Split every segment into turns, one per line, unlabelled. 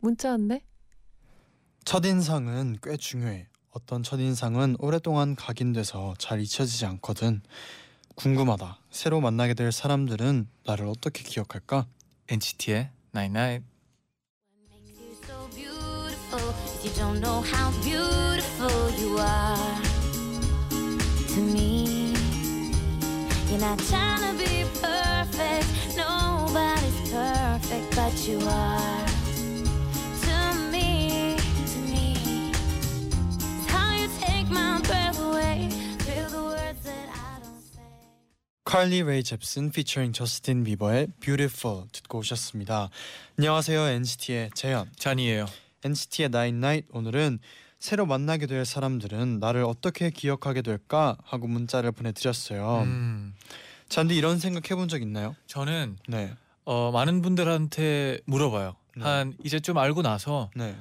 문자 왔네.
첫인상은 꽤 중요해. 어떤 첫인상은 오랫동안 각인돼서 잘 잊혀지지 않거든. 궁금하다. 새로 만나게 될 사람들은 나를 어떻게 기억할까?
NCT의 Night Night.
Makes you so beautiful. You don't know how beautiful you are to me. You're not trying to be perfect. Nobody's perfect, but you are to me. To me, It's how you take my breath away. Feel the words that I don't say.
칼리 레이 잽슨 피처링 저스틴 비버의 Beautiful 듣고 오셨습니다. 안녕하세요 NCT의 재현.
잔이에요.
NCT의 Nine Night 오늘은 새로 만나게 될 사람들은 나를 어떻게 기억하게 될까 하고 문자를 보내드렸어요.
음,
잔디 이런 생각 해본 적 있나요?
저는
네,
어, 많은 분들한테 물어봐요.
네.
한 이제 좀 알고 나서
네.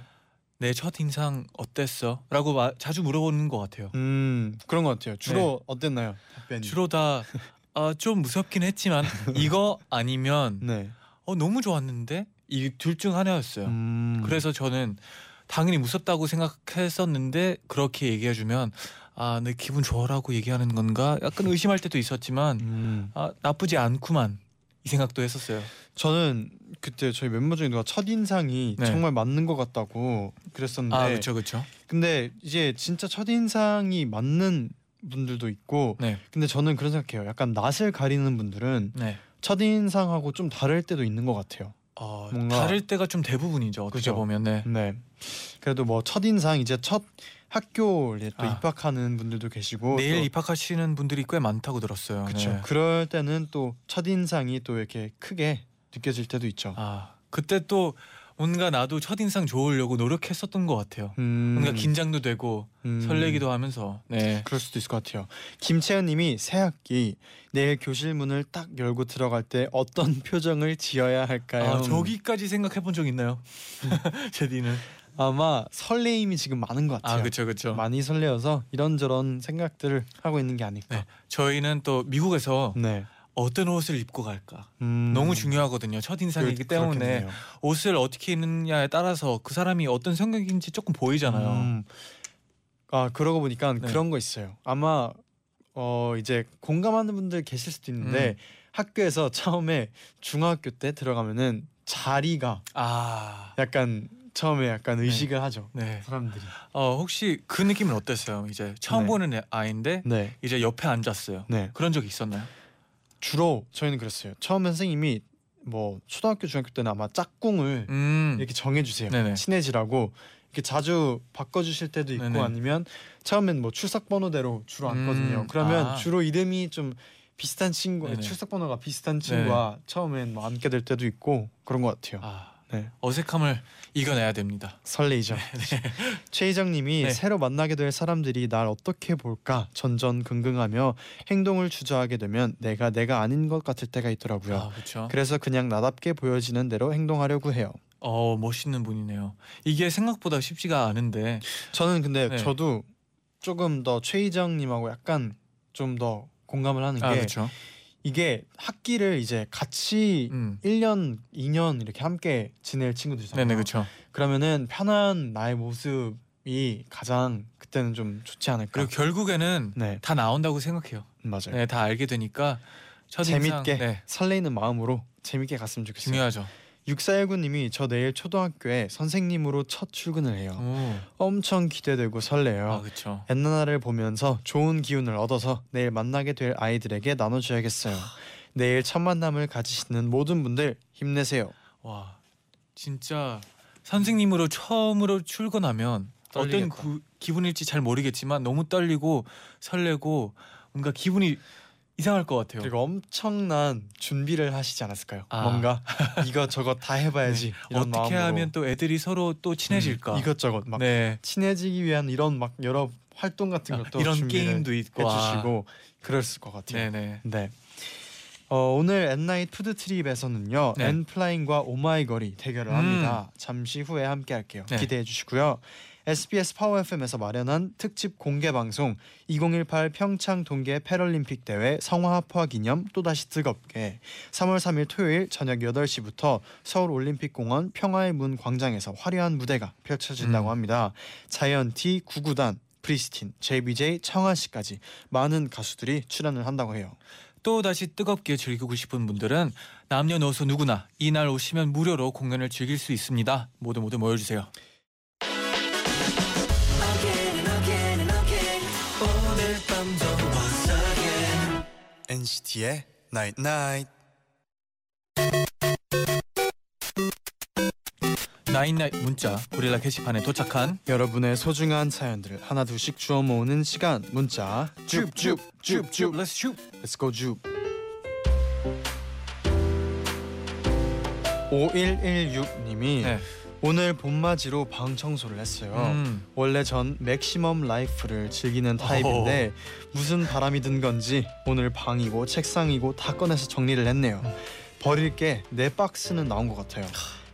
내 첫 인상 어땠어? 라고 마- 자주 물어보는 것 같아요.
음 그런 것 같아요.
네.
주로 어땠나요? 답변이?
주로 다 아, 좀 무섭긴 했지만 이거 아니면
네.
어, 너무 좋았는데 이 둘 중 하나였어요.
음.
그래서 저는 당연히 무섭다고 생각했었는데 그렇게 얘기해주면 아, 내 기분 좋아라고 얘기하는 건가? 약간 의심할 때도 있었지만
음.
아, 나쁘지 않구만 이 생각도 했었어요.
저는 그때 저희 멤버 중에 누가 첫 인상이
네.
정말 맞는 것 같다고 그랬었는데
아, 그렇죠, 그렇죠.
근데 이제 진짜 첫 인상이 맞는 분들도 있고
네,
근데 저는 그런 생각해요. 약간 낯을 가리는 분들은
네.
첫 인상하고 좀 다를 때도 있는 것 같아요.
어,
뭔가-
다를 때가 좀 대부분이죠. 어떻게
그죠.
보면 네.
네. 그래도 뭐첫 인상 이제 첫 학교 이제 또
아.
입학하는 분들도 계시고
내일
또
입학하시는 분들이 꽤 많다고 들었어요.
그렇죠.
네.
그럴 때는 또 첫 인상이 또 이렇게 크게 느껴질 때도 있죠.
아 그때 또 뭔가 나도 첫 인상 좋으려고 노력했었던 것 같아요.
음.
뭔가 긴장도 되고
음.
설레기도 하면서 네.
그럴 수도 있을 것 같아요. 김채은님이 새 학기 내일 교실 문을 딱 열고 들어갈 때 어떤 표정을 지어야 할까요?
아 저기까지 생각해 본 적 있나요? 제디는
아마 설레임이 지금 많은 것 같아요.
아 그렇죠 그렇죠.
많이 설레어서 이런저런 생각들을 하고 있는 게 아닐까.
네, 저희는 또 미국에서
네.
어떤 옷을 입고 갈까
음.
너무 중요하거든요. 첫 인상이기
그-
때문에
그렇겠네요.
옷을 어떻게 입느냐에 따라서 그 사람이 어떤 성격인지 조금 보이잖아요.
음. 아 그러고 보니까
네.
그런 거 있어요. 아마 어 이제 공감하는 분들 계실 수도 있는데
음.
학교에서 처음에 중학교 때 들어가면은 자리가
아
약간 처음에 약간 의식을 하죠.
네.
사람들이.
어 혹시 그 느낌은 어땠어요? 이제 처음
네.
보는 애- 아이인데
네.
이제 옆에 앉았어요.
네.
그런 적 있었나요?
주로 저희는 그랬어요. 처음 선생님이 뭐 초등학교 중학교 때는 아마 짝꿍을
음.
이렇게 정해 주세요.
네네.
친해지라고 이렇게 자주 바꿔 주실 때도 있고
네네.
아니면 처음엔 뭐 출석 번호대로 주로
음,
앉거든요. 그러면
아.
주로 이름이 좀 비슷한 친구
네네. 네.
출석 번호가 비슷한 친구와 처음엔 뭐 앉게 될 때도 있고 그런 것 같아요.
아
네.
어색함을 이겨내야 됩니다.
설레이죠. 최희정님이
네.
새로 만나게 될 사람들이 날 어떻게 볼까 전전긍긍하며 행동을 주저하게 되면 내가 내가 아닌 것 같을 때가 있더라고요.
아 그렇죠.
그래서 그냥 나답게 보여지는 대로 행동하려고 해요.
어 멋있는 분이네요. 이게 생각보다 쉽지가 않은데
저는 근데
네.
저도 조금 더 최희정님하고 약간 좀 더 공감을 하는 게
아 그렇죠.
이게 학기를 이제 같이
음.
1년, 2년 이렇게 함께 지낼 친구들이잖아요.
네네 그렇죠.
그러면은 편한 나의 모습이 가장 그때는 좀 좋지 않을까.
그리고 결국에는
네
다 나온다고 생각해요.
맞아요.
네 다 알게 되니까 첫인상,
재밌게
네,
설레이는 마음으로 재밌게 갔으면 좋겠어요.
중요하죠.
6419님이 저 내일 초등학교에 선생님으로 첫 출근을 해요.
오.
엄청 기대되고 설레요.
아 그렇죠.
엔나나를 보면서 좋은 기운을 얻어서 내일 만나게 될 아이들에게 나눠줘야겠어요. 내일 첫 만남을 가지시는 모든 분들 힘내세요.
와 진짜 선생님으로 처음으로 출근하면 어떤
떨리겠다.
구, 기분일지 잘 모르겠지만 너무 떨리고 설레고 뭔가 기분이 이상할 것 같아요.
그리고 엄청난 준비를 하시지 않았을까요?
아. 네.
뭔가 이거 저거 다 해봐야지 이런
어떻게
마음으로 음,
하면 또 애들이 서로 또 친해질까?
이것저것 막
네.
친해지기 위한 이런 막 여러 활동 같은
아,
것도
이런
준비를
게임도 있고, 아.
해주시고 그랬을 것 같아요.
네네.
네. 어, 오늘 엔나잇 푸드 트립에서는요
네.
엔플라잉과 오마이걸이 대결을
음.
합니다. 잠시 후에 함께할게요.
네.
기대해 주시고요. SBS 파워 FM에서 마련한 특집 공개 방송 2018 평창 동계 패럴림픽 대회 성화합화 기념 또다시 뜨겁게 3월 3일 토요일 저녁 8시부터 서울 올림픽공원 평화의 문 광장에서 화려한 무대가 펼쳐진다고
음.
합니다. 자이언티 구구단 프리스틴, JBJ 청아 씨까지 많은 가수들이 출연을 한다고 해요.
또 다시 뜨겁게 즐기고 싶은 분들은 남녀노소 누구나 이날 오시면 무료로 공연을 즐길 수 있습니다. 모두 모두 모여주세요.
Again and again and again 오늘 밤도 once again
NCT의 Night Night.
나인나이 문자 고릴라 게시판에 도착한
여러분의 소중한 사연들을 하나 둘씩 주워 모으는 시간 문자 줍줍줍줍
Let's shoot.
Let's go 줍. 5116님이
네.
오늘 봄맞이로 방 청소를 했어요.
음.
원래 전 맥시멈 라이프를 즐기는 타입인데
어.
무슨 바람이 든 건지 오늘 방이고 책상이고 다 꺼내서 정리를 했네요. 버릴 게 네 박스는 나온 것 같아요.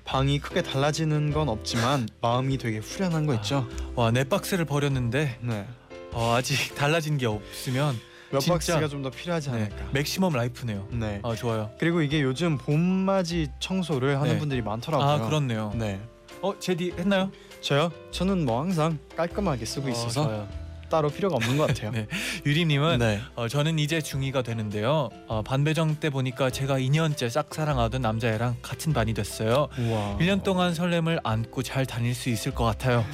방이 크게 달라지는 건 없지만 마음이 되게 후련한 거 있죠.
와, 내 박스를 버렸는데
네.
어, 아직 달라진 게 없으면
몇
진짜.
박스가 좀 더 필요하지
네,
않을까.
맥시멈 라이프네요.
네.
아, 좋아요.
그리고 이게 요즘 봄맞이 청소를 하는
네.
분들이 많더라고요.
아, 그렇네요.
네.
어, 제디 했나요?
저요? 저는 뭐 항상 깔끔하게 쓰고
어,
있어서
좋아요.
따로 필요가 없는 것 같아요.
네. 유림님은
네.
어, 저는 이제 중2가 되는데요. 어, 반배정 때 보니까 제가 2년째 짝사랑하던 남자애랑 같은 반이 됐어요.
우와.
1년 동안 설렘을 안고 잘 다닐 수 있을 것 같아요.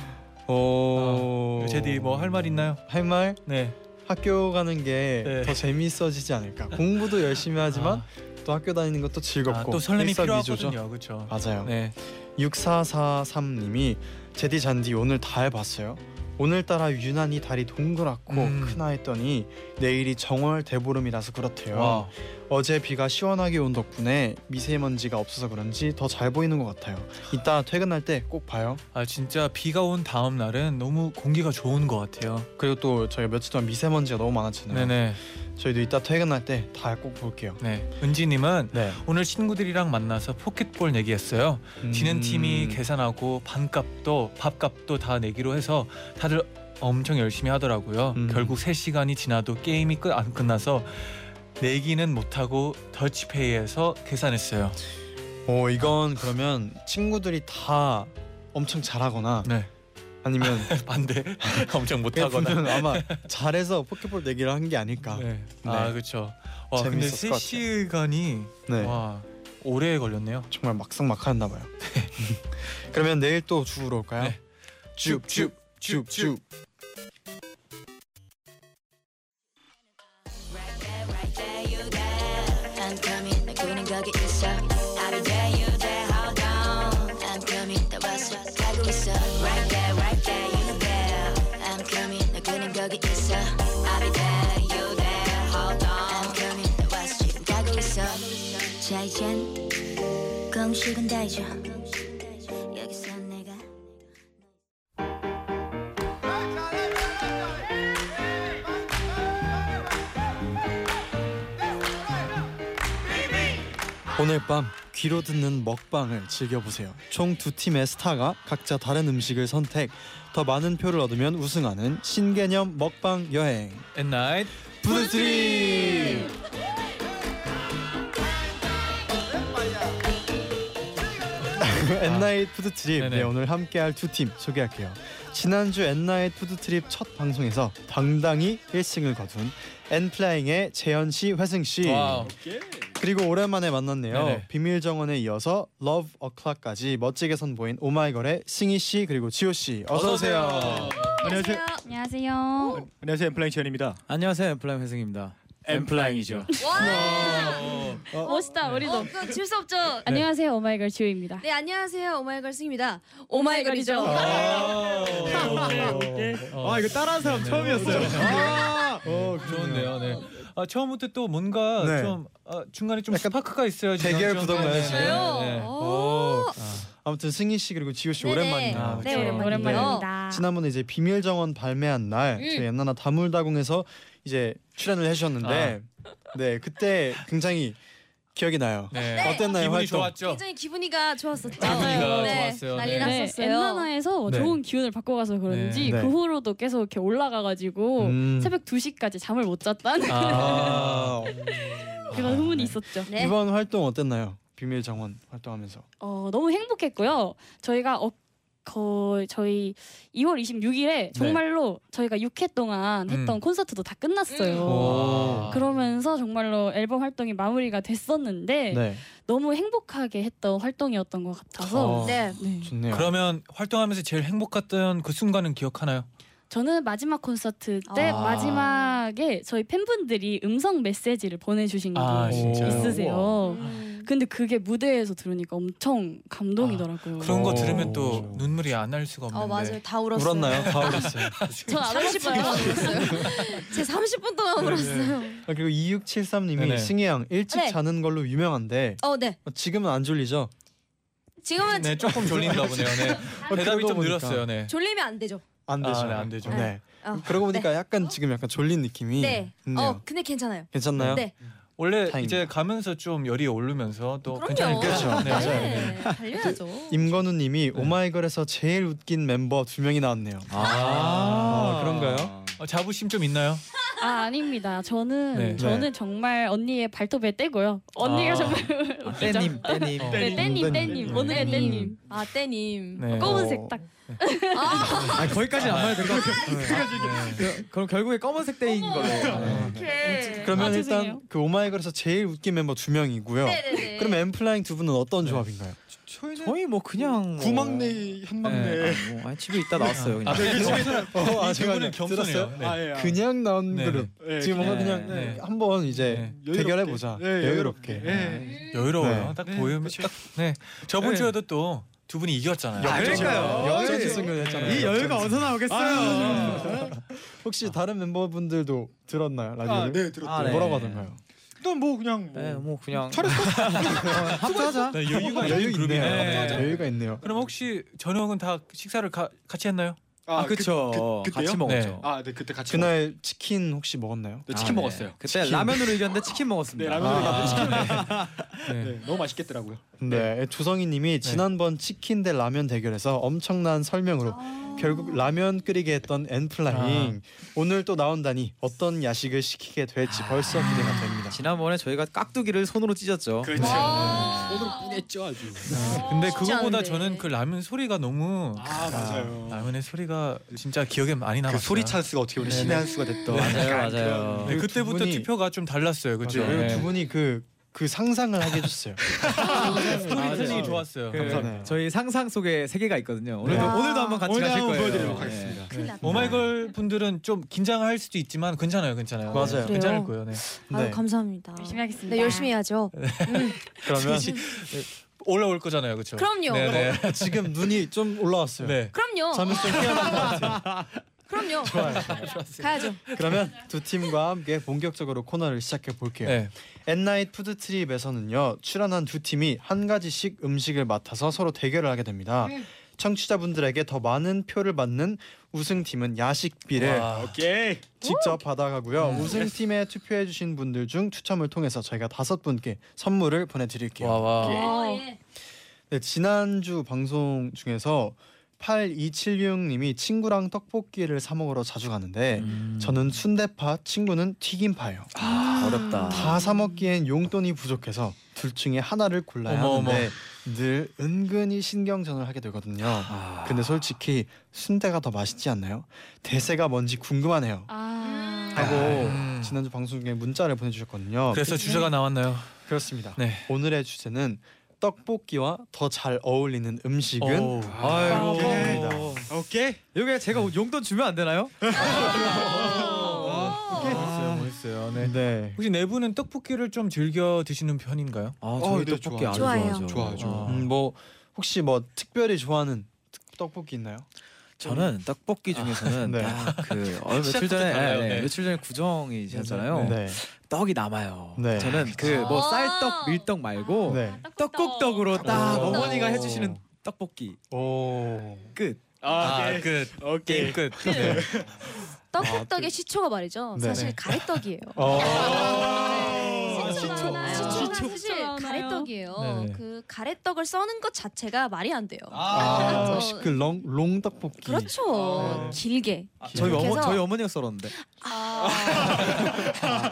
어...
제디 뭐 할 말 있나요?
할 말?
네.
학교 가는 게
네.
더 재미있어지지 않을까. 공부도 열심히 하지만 또 학교 다니는 것도
아,
즐겁고
아, 또 설렘이
일석이조죠.
필요하거든요. 그렇죠.
맞아요.
네.
6443님이 제디 잔디 오늘 다 해봤어요. 오늘따라 유난히 달이 동그랗고
음.
크나 했더니 내일이 정월 대보름이라서 그렇대요.
와.
어제 비가 시원하게 온 덕분에 미세먼지가 없어서 그런지 더 잘 보이는 것 같아요. 이따 퇴근할 때 꼭 봐요.
아 진짜 비가 온 다음 날은 너무 공기가 좋은 것 같아요.
그리고 또 저희가 며칠 동안 미세먼지가 너무 많았잖아요.
네네.
저희도 이따 퇴근할 때 다 꼭 볼게요.
네. 은지님은
네.
오늘 친구들이랑 만나서 포켓볼 내기했어요.
음.
지는 팀이 계산하고 반값도 밥값도 다 내기로 해서 다들 엄청 열심히 하더라고요.
음.
결국 3시간이 지나도 게임이 끝 안 끝나서 내기는 못하고 더치페이에서 계산했어요.
오 이건 그러면 친구들이 다 엄청 잘하거나
네.
아니면 예,
반대. 엄청 못하거나.
분명 아마 잘해서 포켓볼 내기를 한 게 아닐까. 네.
네. 아
네.
그렇죠. 와 근데
재밌었을 것 네.
3시간이 와 오래 걸렸네요.
정말 막상막하였나 봐요. 그러면 내일 또 주우러 올까요?
네.
쭉쭉 쭉쭉.
Right there, right there, you there. 안 coming, 나 그냥 거기 있어. Out of there, you there, hold on. 안 coming, 나 왔어, 가고 있어. Right there, right there, you there. 안 coming, 나 그냥 거기 있어. Out of there, you there, hold on. 안 coming, 나 왔어, 지금 가고 있어. 자 이젠 공식은 다 잊어. 여기서 내가.
오늘 밤 귀로 듣는 먹방을 즐겨보세요. 총 두 팀의 스타가 각자 다른 음식을 선택. 더 많은 표를 얻으면 우승하는 신개념 먹방 여행.
앤나잇
부드트림. 엔나잇 푸드트립
네네.
네, 오늘 함께할 두 팀 소개할게요. 지난주 엔나잇 푸드트립 첫 방송에서 당당히 1승을 거둔 엔플라잉의 재현 씨, 회승 씨
와우.
그리고 오랜만에 만났네요.
네네.
비밀 정원에 이어서 러브 어클락까지 멋지게 선보인 오마이걸의 승희 씨 그리고 지호 씨 어서 오세요.
안녕하세요.
안녕하세요.
안녕하세요. 엠플라잉 지현입니다.
안녕하세요. 엠플라잉 회승입니다.
엠플라잉이죠.
네.
네.
멋있다 우리도
어, 질수 없죠.
안녕하세요 오마이걸 지호입니다
네 안녕하세요 오마이걸 승입니다. 오마이걸이죠.
오케이, 오케이.
아,
네, 어,
네.
아 이거 따라한 사람 처음이었어요. 아, 어, 좋은데요. 어, 네. 아, 처음부터 또 뭔가
네.
좀 아, 중간에 좀
약간
스파크가 있어야지
대결
좀-
구도가
네,
있어요.
네, 네.
오.
오. 아,
아무튼 승희 씨 그리고 지호 씨
네네.
오랜만이네요. 네.
아,
네,
그렇죠.
오랜만이에요.
오랜만입니다.
지난번에 이제 비밀 정원 발매한 날
음.
저희 옛날나 다물다공에서 이제 출연을 해주셨는데 네 그때 굉장히 기억이 나요.
아. 네.
네.
어땠나요
기분이
활동?
좋았죠.
굉장히 기분이가 좋았었죠.
아, 네.
기분이가 좋았어요.
난리
네.
났었어요.
엔나나에서
네.
좋은 기운을 받고 가서 그런지
네.
그 후로도 계속 이렇게 올라가가지고
음.
새벽 2시까지 잠을 못 잤다는
아.
아,
그런 소문이 있었죠.
네. 음.
이번 활동 어땠나요? 비밀 정원 활동하면서
어, 너무 행복했고요. 저희가 어, 거, 저희 2월 26일에 정말로 저희가 6회 동안 했던
네. 음.
콘서트도 다 끝났어요.
와.
그러면서 정말로 앨범 활동이 마무리가 됐었는데
네
너무 행복하게 했던 활동이었던 것 같아서
어.
네.
네.
좋네요.
그러면 활동하면서 제일 행복했던 그 순간은 기억하나요?
저는 마지막 콘서트 때
아.
마지막에 저희 팬분들이 음성 메시지를 보내주신 게
아, 진짜요?
있으세요.
음.
근데 그게 무대에서 들으니까 엄청 감동이더라고요.
그런 거
오.
들으면 또
그렇죠.
눈물이 안 날 수가 없는데.
어 맞아요. 다 울었어요.
울었나요? 다 울었어요.
전안
30분 동안 울었어요. 제 30분
네,
동안 울었어요.
아, 그리고 2673님이
네네.
승희 형 일찍
네.
자는 걸로 유명한데
어, 네. 아,
어, 지금은 안 졸리죠?
지금은 아,
네, 조금 졸린가 보네요. 네.
어,
대답이
그러고
좀
보니까
늘었어요. 네.
졸리면 안 되죠.
안 되죠.
아, 네, 안 되죠.
네.
어.
그러고 보니까 약간 지금 약간 졸린 느낌이
네.
있네요.
어, 근데 괜찮아요.
괜찮나요?
네.
원래
다행이다.
이제 가면서 좀 열이 오르면서 또
그럼요.
괜찮을 것 같아요.
그렇죠. 맞아요. 그
네. 달려야죠.
임건우님이
네.
오마이걸에서 제일 웃긴 멤버 두 명이 나왔네요.
아,
아, 그런가요?
어, 자부심 좀 있나요?
아 아닙니다. 저는
네.
저는 정말 언니의 발톱에 떼고요. 언니가
아.
정말 웃기죠.
떼님,
어.
네, 떼님 떼님 오늘의
떼님.
떼님
아, 때님.
네.
검은색
어.
딱
아 거기까지는 안 말해도 될것 같아요. 네. 그럼 결국에 검은색 대인
아.
걸로. 네.
오케이.
그러면
아,
일단
죄송해요.
그 오마이걸에서 제일 웃긴 멤버 두 명이고요.
네, 네, 네.
그럼 엠플라잉 두 분은 어떤 조합인가요?
저희 뭐 그냥 뭐-
구막내
음,
현막내.
네. 아, 뭐, 아니, 집에 있다 나왔어요. 그냥. 아,
아,
어,
네,
이
잠깐만요.
질문은 겸손해요.
들었어요?
네.
아, 예. 아.
그냥 나온
네.
그룹.
예,
지금 뭔가
네,
그냥
네.
한번 이제
네.
대결해 보자.
예, 여유롭게.
여유롭게.
예.
여유로워요.
네.
딱 보이면 딱 네. 저번
그렇죠. 네.
주에도 또 두 분이 이겼잖아요. 네.
아, 그러니까요.
역전승 그렇죠. 승리했잖아요. 아.
이 여유가 어디서 나오겠어요.
혹시 다른 멤버분들도 들었나요
아,
라디오를?
네, 들었어요.
아, 네.
뭐라고 하던가요?
일단 뭐 그냥 뭐
네, 뭐 그냥
잘했어.
합자자.
네,
어,
여유가 있는
여유
그룹이네요.
있네요.
네.
여유가 있네요.
그럼 혹시 저녁은 다 식사를 가- 같이 했나요?
아, 그쵸.
그, 그,
같이
그때요?
먹었죠.
아, 네, 그때 같이 먹었어요.
그날 치킨 혹시 먹었나요?
네, 치킨
아, 네.
먹었어요.
그때 라면으로 이겼는데 치킨
네,
먹었습니다.
라면을
아.
아. 치킨
네.
네, 너무 맛있겠더라고요.
네, 조성희님이 지난번 치킨 대 라면 대결에서 엄청난 설명으로
아.
결국 라면 끓이게 했던 엔플라잉 오늘 또 나온다니 어떤 야식을 시키게 될지
아.
벌써 기대가 됩니다.
지난번에 저희가 깍두기를 손으로 찢었죠. 아.
그렇죠.
아.
와.
오늘 뿌냈죠 아주.
근데
쉽지
그거보다
않은데.
저는 그 라면 소리가 너무
아, 맞아요.
라면의 소리가 진짜 기억에 많이
그
남았어요.
소리 찬스가 어떻게 우리 신의 한 수가 됐던
맞아요,
약간
맞아요.
네,
그리고
그때부터
두 분이-
투표가 좀 달랐어요. 그죠?
그리고 두
네.
분이 그, 그 상상을 하게 해줬어요.
아, 네.
스토리텔링이
맞아요.
좋았어요.
그
감사합니다.
저희 상상 속에 세계가 있거든요. 오늘도
네.
오늘도 한번 같이
오늘
가실
한번
거예요. 네.
보여드리도록 하겠습니다.
큰일 났다.
오마이걸 분들은 좀 긴장할 수도 있지만 괜찮아요, 괜찮아요.
맞아요.
네,
그래요?
괜찮을 거예요. 네.
아유, 감사합니다.
열심히 하겠습니다.
네, 열심히 해야죠.
그러면
네, 올라올 거잖아요, 그렇죠?
그럼요.
네,
지금 눈이 좀 올라왔어요.
네. 네.
그럼요.
잠에서 좀 깨어난 것 같아요.
그럼요. 가야죠.
그러면 두 팀과 함께 본격적으로 코너를 시작해 볼게요.
네.
엔나잇 푸드 트립에서는요 출연한 두 팀이 한 가지씩 음식을 맡아서 서로 대결을 하게 됩니다. 청취자분들에게 더 많은 표를 받는 우승 팀은 야식비를
와. 음.
오케이.
직접 받아가고요. 우승 팀에 투표해주신 분들 중 추첨을 통해서 저희가 다섯 분께 선물을 보내드릴게요.
와, 와.
네, 지난주 방송 중에서 8276님이 친구랑 떡볶이를 사 먹으러 자주 가는데
음.
저는 순대파, 친구는 튀김파예요.
아,
어렵다.
다 사 먹기엔 용돈이 부족해서 둘 중에 하나를 골라야
어머, 어머.
하는데 늘 은근히 신경전을 하게 되거든요.
아.
근데 솔직히 순대가 더 맛있지 않나요? 대세가 뭔지 궁금하네요.
아.
하고
음.
지난주 방송 중에 문자를 보내주셨거든요.
그래서 주제가 나왔나요?
그렇습니다.
네.
오늘의 주제는 떡볶이와 더 잘 어울리는 음식은
오.
아이고.
오케이.
오케이.
여기 제가 용돈 주면 안 되나요?
멋있어요, 멋있어요. 네.
네.
혹시 내부는 떡볶이를 좀 즐겨 드시는 편인가요?
아,
저희
저희
떡볶이
떡볶이 아주
좋아해요.
좋아하죠.
좋아, 좋아.
아.
음, 뭐 혹시 뭐 특별히 좋아하는 특- 떡볶이 있나요?
저는 떡볶이 중에서는
네.
딱 그 어, 며칠
아, 시작부터
전에
달라요.
예, 예,
네.
며칠 전에 구정이 지났잖아요.
네.
떡이 남아요.
네.
저는 그 뭐
아.
아,
쌀떡, 밀떡 말고
네.
떡국떡으로
아,
딱
오.
어머니가 해주시는 떡볶이
오.
끝.
아, 예.
네. 끝.
오케이.
끝. 네.
떡국떡의 시초가 말이죠.
네.
사실 가래떡이에요.
어.
시초가
시초.
많아요.
시초가
시초가
시초.
사실
많아요.
가래떡이에요.
네네.
그 가래떡을 써는 것 자체가 말이 안 돼요.
아,
저-
그
시클렁 롱 떡볶이. 네.
그렇죠. 길게.
아, 저희
그래서- 아.
어머 저희 어머니가 썰었는데 아,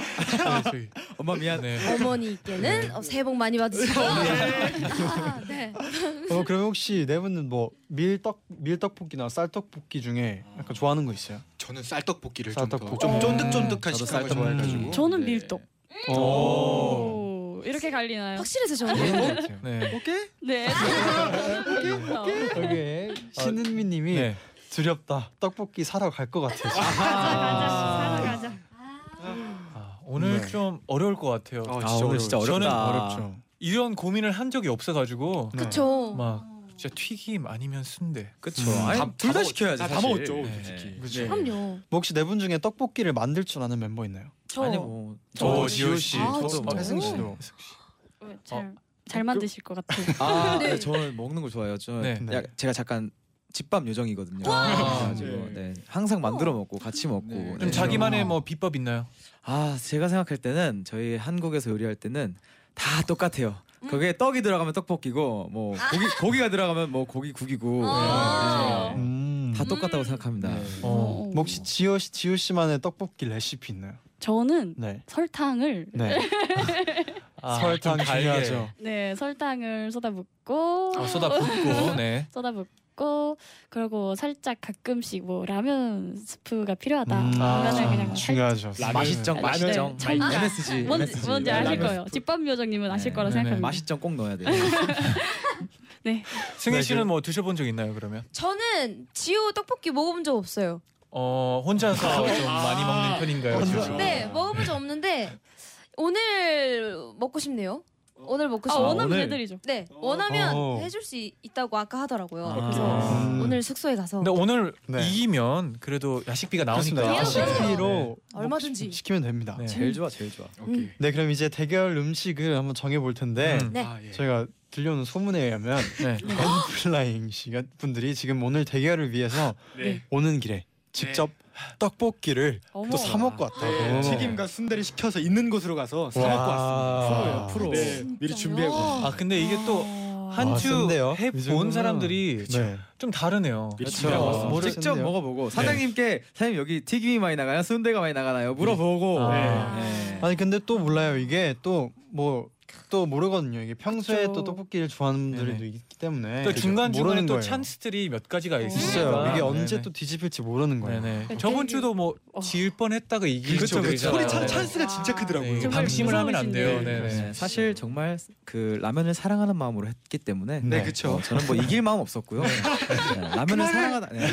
엄마 미안.
네.
어머니께는 어, 새해 복 많이 받으시고. 아, 네.
어, 그럼 혹시 네 분은 뭐 밀떡 밀떡볶이나 쌀떡볶이 중에 약간 좋아하는 거 있어요?
저는 쌀떡볶이를
쌀떡볶이.
좀더
어.
쫀득쫀득한
저도
식감을
쌀떡볶이.
좋아해가지고.
저는
네.
밀떡.
오.
오, 이렇게 갈리나요?
확실해서
좋은 것
저는
같아요.
네.
네. 저는 밀떡.
여기에 신은미님이
네.
두렵다. 떡볶이 사러 갈 것 같아요. 지금.
가자, 가자, 가자.
아, 오늘
네.
좀 어려울 것 같아요.
아,
아 오늘 진짜
어려워요.
어렵다.
저는
어렵죠.
이런 고민을 한 적이 없어가지고
네.
그렇죠.
막 진짜 튀김 아니면 순대.
그쵸.
음.
아니
다-
둘다
다
시켜야지.
먹- 다
사실.
먹었죠,
네.
솔직히.
그쵸.
그럼요.
뭐 혹시 네 분 중에 떡볶이를 만들 줄 아는 멤버 있나요?
저
아니 뭐
저
지효 씨.
아,
저도
진짜요?
막-
혜승 씨도.
혜승 씨.
잘, 잘 만드실 것 같아요.
아, 네. 저는 먹는 걸 좋아해요. 저는
네.
네.
야, 제가 잠깐 집밥 요정이거든요. 그래가지고 네. 항상 만들어 먹고 같이 먹고.
네.
네.
그럼 자기만의 뭐 비법 있나요?
아 제가 생각할 때는 저희 한국에서 요리할 때는 다 똑같아요. 거기에 떡이 들어가면 떡볶이고 뭐 고기 고기가 들어가면 뭐 고기 국이고
어.
아.
네.
음.
다 똑같다고 생각합니다. 네.
어.
뭐 혹시 지효 씨, 지효 씨만의 떡볶이 레시피 있나요?
저는
네.
설탕을
네.
아,
설탕
좀 달게.
중요하죠.
네 설탕을 쏟아붓고
아, 쏟아붓고. 네.
쏟아붓고 그리고 살짝 가끔씩 뭐 라면 스프가 필요하다
음.
라면을
아,
그냥 살짝
중요하죠.
맛있정
라면.
맛있정
네, 정말.
MSG
뭔지, 뭔지 아실
라면.
거예요 집밥 요정님은 아실
네,
거라
네네.
생각합니다
맛있정 꼭 넣어야 돼.
승희
네,
씨는 뭐 드셔본 적 있나요 그러면?
저는 지호 떡볶이 먹어본 적 없어요.
어 혼자서
아,
좀 많이 먹는 편인가요?
혼자-
지효 씨?
네, 먹어본 적 없는데 오늘 먹고 싶네요. 오늘 먹고
아
싶어요.
원하면
오늘.
해드리죠
네, 원하면
오.
해줄 수 있- 있다고 아까 하더라고요.
아.
그래서
음.
오늘 숙소에 가서
근데 오늘
네.
이기면 그래도 야식비가 나오니까
그렇습니다.
네.
야식비로
얼마든지.
시키면 됩니다.
네.
네.
제일 좋아 제일 좋아.
오케이.
그럼 이제 대결 음식을 한번 정해 볼 텐데
음.
네.
아, 예.
저희가 들려오는 소문에 의하면
네.
엔플라잉 씨가 분들이 지금 오늘 대결을 위해서
네.
오는 길에 직접
네.
떡볶이를
어머
또 사 먹고 왔다고.
네, 튀김과 순대를 시켜서 있는 곳으로 가서 사
와.
먹고 왔습니다.
프로예요,
프로.
네, 미리 준비하고.
아 근데 이게 또
아,
한 주
센데요? 이
해본
정도면.
사람들이
네.
좀 다르네요.
그렇죠. 네.
아,
뭐
진짜
직접
센데요?
먹어보고 사장님께 사장님 여기 튀김이 많이 나가요? 순대가 많이 나가나요? 물어보고.
아.
네.
아니 근데 또 몰라요. 이게 또 뭐 또 모르거든요. 이게 평소에
그쵸.
또 떡볶이를 좋아하는 분들이
네네.
또 있기 때문에
또 중간 중간에
모르는
또
거예요.
찬스들이 몇 가지가 있어요. 네, 아,
있어요. 이게 언제 또 뒤집힐지 모르는 거예요.
네네. 저번 주도 뭐
어.
지을 뻔했다가 이길
그렇죠. 그
정도잖아요.
소리 찬
네.
찬스가 진짜 크더라고요.
네,
정말
방심을 하면 안 돼요.
무서우신데.
네네.
네, 사실 정말 그 라면을 사랑하는 마음으로 했기 때문에
네,
그쵸.
어, 저는 뭐 이길 마음 없었고요. 네, 라면을 사랑하다.
아,
네.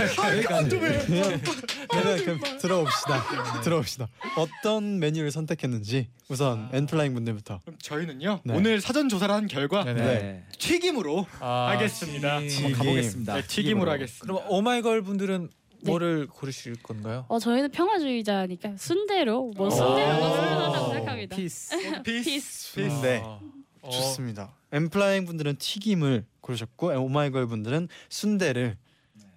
아,
그냥, 그냥, 그냥
아, 네.
들어봅시다. 들어봅시다. 어떤 메뉴를 선택했는지 우선 엔플라잉 분들부터.
아. 그럼 저희는요
네.
오늘 사전 조사를 한 결과
네네.
네.
튀김으로
아,
하겠습니다.
튀김.
한번 가보겠습니다.
네, 튀김으로 하겠습니다.
그럼 오마이걸 분들은
네.
뭐를 고르실 건가요?
어 저희는 평화주의자니까 순대로 뭐 순대로가
어.
훈훈하다고 생각합니다
피스.
네.
피스.
피스.
피스.
네.
아, 어,
좋습니다. 엠플라잉 분들은 튀김을 고르셨고 오마이걸 분들은 순대를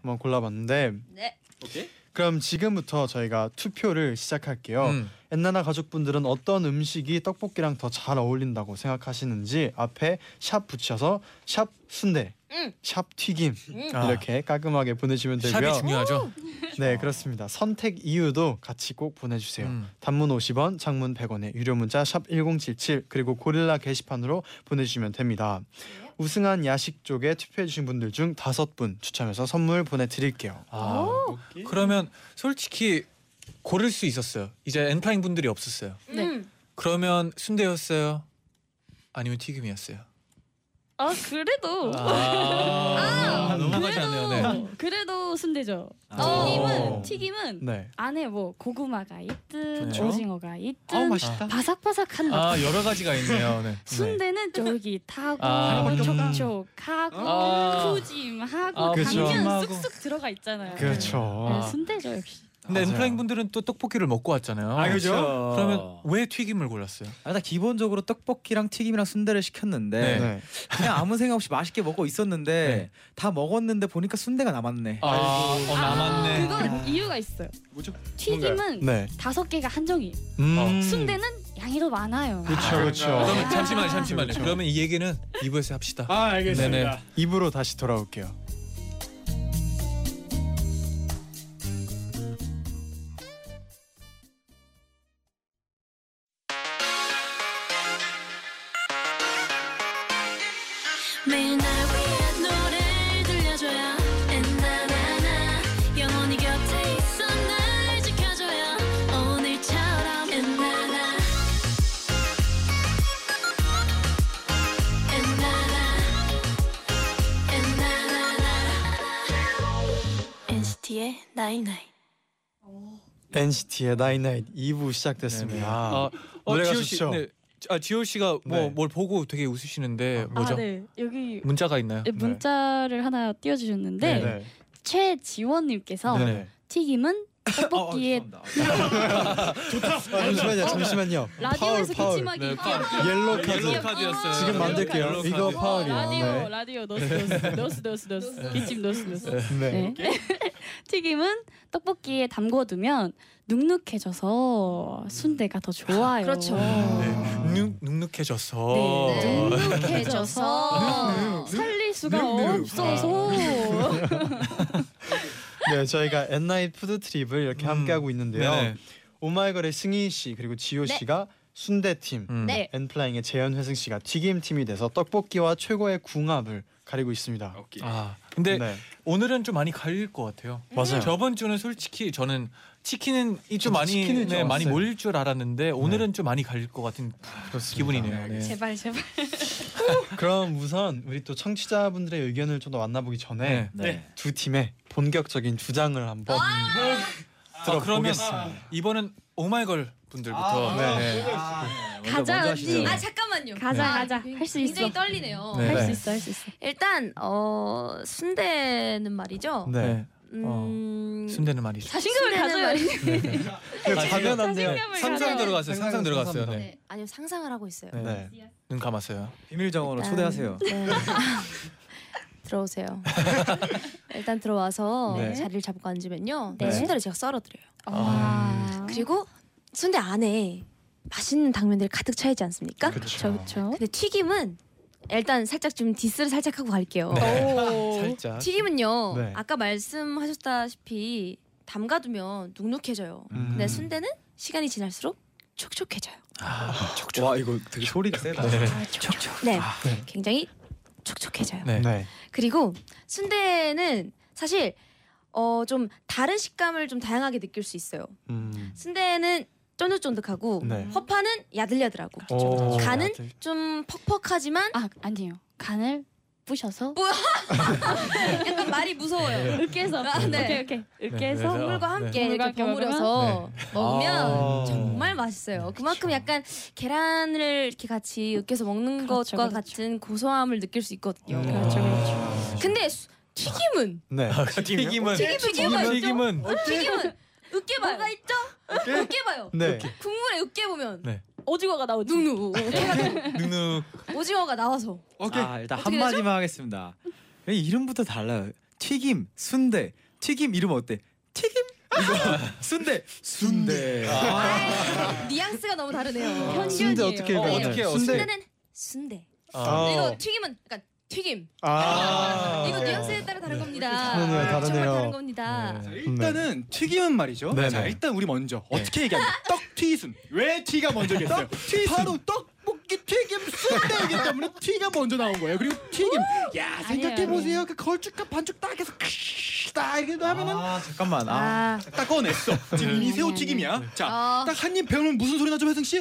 한번 골라봤는데
네.
오케이.
그럼 지금부터 저희가 투표를 시작할게요.
음.
엔나나 가족분들은 어떤 음식이 떡볶이랑 더 잘 어울린다고 생각하시는지 앞에 샵 붙여서 샵 순대,
음.
샵 튀김
아,
이렇게 깔끔하게 보내시면 되고요.
샵이 중요하죠.
네 그렇습니다. 선택 이유도 같이 꼭 보내주세요.
음.
단문 50원, 장문 100원에 유료 문자 샵 #1077 그리고 고릴라 게시판으로 보내주시면 됩니다. 우승한 야식 쪽에 투표해주신 분들 중 다섯 분 추첨해서 선물 보내드릴게요.
아,
뭐
그러면 솔직히 고를 수 있었어요. 이제 엔파인 분들이 없었어요.
네.
그러면 순대였어요? 아니면 튀김이었어요?
아 그래도
아, 넘어가지 않네요. 네.
그래도 그래도 순대죠.
아.
튀김은 튀김은
네.
안에 뭐 고구마가 있든
그렇죠.
오징어가
아우
있든
맛있다.
바삭바삭한 맛.
아 여러 가지가 있네요. 네.
순대는 쫄깃하고
아,
뭐
음.
촉촉하고
아.
푸짐하고
아,
그렇죠.
당면
푸짐하고.
쑥쑥 들어가 있잖아요.
그렇죠.
네, 순대죠 역시.
근데
맞아요.
엠플라잉 분들은 또 떡볶이를 먹고 왔잖아요.
아, 그죠?
그러면 왜 튀김을 골랐어요?
그렇죠. 아, 일단 기본적으로 떡볶이랑 튀김이랑 순대를 시켰는데
네.
네.
그냥 아무 생각 없이 맛있게 먹고 있었는데
네.
다 먹었는데 보니까 순대가 남았네.
아, 어,
아.
남았네.
그건 이유가 있어요.
뭐죠?
튀김은
네.
다섯 개가 한정이.
음.
순대는 양이 더 많아요.
그렇죠. 그렇죠.
어. 그러면 잠시만요, 잠시만요. 그러면 이 얘기는 2부에서 합시다.
아 알겠습니다.
네네.
입으로 다시 돌아올게요.
매일 날 위한 노래를 들려줘요 엔나나나 영원히 곁에 있어 날 지켜줘요 오늘처럼 엔나나 엔나나 엔나나나 NCT의 나이나이
NCT의 나인나잇 2부 시작됐습니다.
아,
노래가
지효 씨,
좋죠.
네. 아 지호 씨가 뭐
네.
뭘 보고 되게 웃으시는데 뭐죠?
아, 네. 여기 네,
문자가 있나요?
문자를 하나 띄워주셨는데
네,
네.
최지원님께서
네.
튀김은 떡볶이에
아, 잠시만요. 잠시만요.
라디오에서 그
파울,
기침하기
어. 네,
파울.
옐로
옐로
카드.
카드였어요.
지금 만들게요.
옐로우
이거
카드.
파- 파울이요.
어, 아,
네.
라디오 라디오 노스 노스 노스 노스 기침 노스 노스
네.
네. 튀김은 떡볶이에 담궈두면 눅눅해져서 순대가 더 좋아요.
그렇죠.
네. 눅 눅눅해져서.
어.
네.
눅눅해져서
네.
살릴 수가
눅눅.
없어서
네, 저희가 엔나잇 푸드 트립을 이렇게
음.
함께 하고 있는데요.
네네.
오마이걸의 승희 씨 그리고 지호
네.
씨가 순대 팀,
음.
네.
엔플라잉의 재현 회승 씨가 튀김 팀이 돼서 떡볶이와 최고의 궁합을 가리고 있습니다.
오케이.
아 근데
네. 음.
오늘은 좀 많이 갈릴 것 같아요.
맞아요.
저번 주는 솔직히 저는 치킨은 이좀
저도
많이
치킨을
네,
좋아했어요. 네.
많이 몰릴 줄 알았는데 오늘은 좀 많이 갈릴 것 같은
그렇습니다.
기분이네요. 네.
제발 제발.
아, 그럼 우선 우리 또 청취자분들의 의견을 좀 더 만나보기 전에
네.
네.
두 팀의 본격적인 주장을
아,
한번 아, 들어보겠습니다.
그러면 이번은 오마이걸 분들부터.
네.
아,
먼저
가자, 언니.
하시죠.
아 잠깐만요.
가자,
아,
가자.
굉장히-
할수 있어.
굉장히 떨리네요.
네.
할 수 있어 할 수 있어.
일단 어 순대는 말이죠.
네.
네. 어,
음,
순대는 말이죠.
자신감을 가져요.
아,
가면 안 돼요.
자신감을
상상
가져요.
들어갔어요. 상상 들어갔어요.
상상.
네.
네. 아니요 상상을 하고 있어요.
네.
눈 감았어요.
비밀 정원으로
일단-
초대하세요.
네. 들어오세요. 일단 들어와서
네.
자리를 잡고 앉으면요.
네.
순대를 제가 썰어드려요. 아.
와.
그리고 순대 안에 맛있는 당면들이 가득 차 있지 않습니까?
그렇죠 그렇죠.
근데 튀김은 일단 살짝 좀 디스를 살짝 하고 갈게요.
살짝.
튀김은요.
네.
아까 말씀하셨다시피 담가두면 눅눅해져요.
음.
근데 순대는 시간이 지날수록 촉촉해져요.
와 이거 되게 소리가 세다.
아,
네, 굉장히 촉촉해져요.
네.
네.
그리고 순대는 사실 어, 좀 다른 식감을 좀 다양하게 느낄 수 있어요.
음.
순대는 쫀득쫀득하고
네.
허파는 야들야들하고
오.
간은 좀 퍽퍽하지만 뭐?
아 아니에요. 간을 부셔서
약간 말이 무서워요.
으깨서
아, 네.
오케이 오케이 으깨서
네, 네.
물과
네.
함께
물과
이렇게
함께
버무려서 먹으면
아.
정말 맛있어요. 그만큼 약간 계란을 이렇게 같이 으깨서 먹는
그렇죠,
것과
그렇죠.
같은 고소함을 느낄 수 있거든요.
그렇죠 그렇죠.
근데 수- 튀김은
네.
아,
튀김은
튀김, 튀김은
튀김은
어,
튀김은
튀김은 으깨봐요. 뭐가 있죠? 으깨봐요.
네.
국물에 으깨보면
네.
오징어가 나오지.
눅눅
눅눅
오징어가 나와서
오케이.
아 일단
어떻게
한마디만 하겠습니다. 이름부터 달라요. 튀김, 순대, 튀김 이름 어때? 튀김? 이거 순대, 순대. 아,
뉘앙스가 너무 다르네요. 예.
편견이에요.
순대 어떻게
어,
읽어요?
어떻게 해요?
순대.
순대는 순대.
아.
이거 튀김은 약간 튀김.
아.
이거 뉘앙스에 따라 다른 겁니다.
다르네요,
아, 정말
다르네요.
다른 겁니다.
자,
네.
일단은 튀김은 말이죠.
네네.
자 일단 우리 먼저 어떻게 얘기하냐? 떡튀순. 예. 왜 튀가 먼저겠어요? 바로 떡볶이 튀김 순대이기 때문에 튀가 먼저 나온 거예요. 그리고 튀김. 야 생각해 보세요. 그 걸쭉과 반죽 딱 해서 크으, 딱 이렇게 하면은
아 잠깐만. 아.
아
네.
네.
딱 꺼냈어. 지금 이미 새우 튀김이야. 자 딱 한 입 배우면 무슨 소리 나죠, 회승 씨?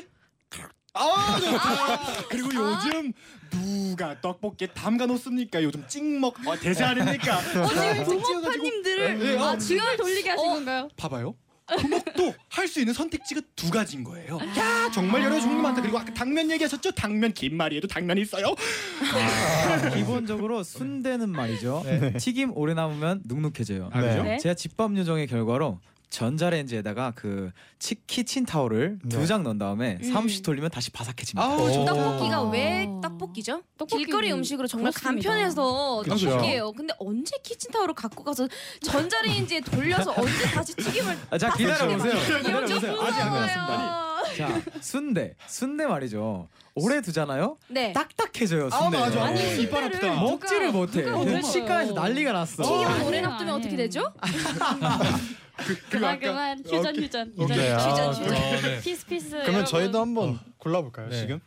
어. 아, 네. 그리고 요즘 누가 떡볶이에 담가 놓습니까? 요즘 찍먹 어, 대세 아닙니까?
어, 지금
찍어가지고
부모파님들을
네.
아, 등을 돌리게 하신
어.
건가요?
봐봐요. 부먹도 할 수 있는 선택지가 두 가지인 거예요. 야 정말 여러 종류 많다. 그리고 아까 당면 얘기하셨죠? 당면 김말이에도 당면이 있어요.
아,
기본적으로 순대는 말이죠. 튀김 오래 남으면 눅눅해져요.
네. 아, 그죠?
네.
제가 집밥 요정의 결과로 전자레인지에다가 그 치, 키친 타월을 두 장 넣은 다음에
음.
30 돌리면 다시 바삭해집니다.
네. 아우, 좋다.
떡볶이가
오.
왜 떡볶이죠?
떡볶이
길거리 음식으로 정말
그렇습니다.
간편해서
그렇죠.
떡볶이에요. 근데 언제 키친타워로 갖고 가서 전자레인지에 돌려서 언제 다시 튀김을
아, 자 기다려보세요.
이런 적
기다려보세요. 아직 안 끝났습니다.
궁금해요.
자 순대 순대 말이죠. 오래 두잖아요.
네.
딱딱해져요
아
순대.
맞아.
아니,
이빨 아프다.
이빨을-
먹지를 못해.
누가 먹어요?
치과에서 난리가 났어.
튀김을
어.
오래
아니,
놔두면
아니.
어떻게 되죠?
그만 그만 휴전 휴전 휴전
오케이. 아,
휴전
그럼-
휴전
어, 네.
피스 피스
그러면 저희도 한번 골라볼까요
네.
지금?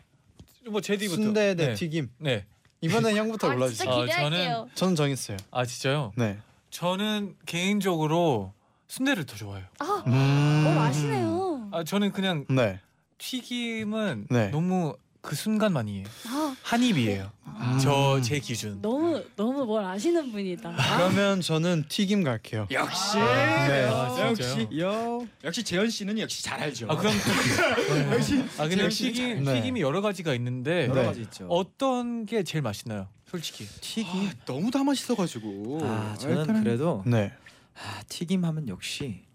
뭐 제디부터.
순대 대
네.
튀김.
네.
이번엔 형부터
아,
골라주세요.
진짜
아,
기대할게요.
저는 정했어요.
아 진짜요?
예. 네.
저는 개인적으로 순대를 더 좋아해요.
음.
어 아시네요.
아 저는 그냥
네.
튀김은
네.
너무 그 순간만이에요.
아,
한 입이에요.
음.
저 제 기준.
너무 너무 뭘 아시는 분이다.
그러면 저는 튀김 갈게요.
역시.
네.
아, 진짜요?
역시 역시 재현 씨는 역시 잘 알죠.
아 그럼 또-
역시
아 근데
재현 씨는 잘-
튀김
네.
튀김이 여러 가지가 있는데
여러
여러
네.
가지 있죠.
어떤 게 제일 맛있나요? 솔직히.
아, 너무 다 맛있어가지고.
아 저는 그래도
네.
아, 튀김 하면 역시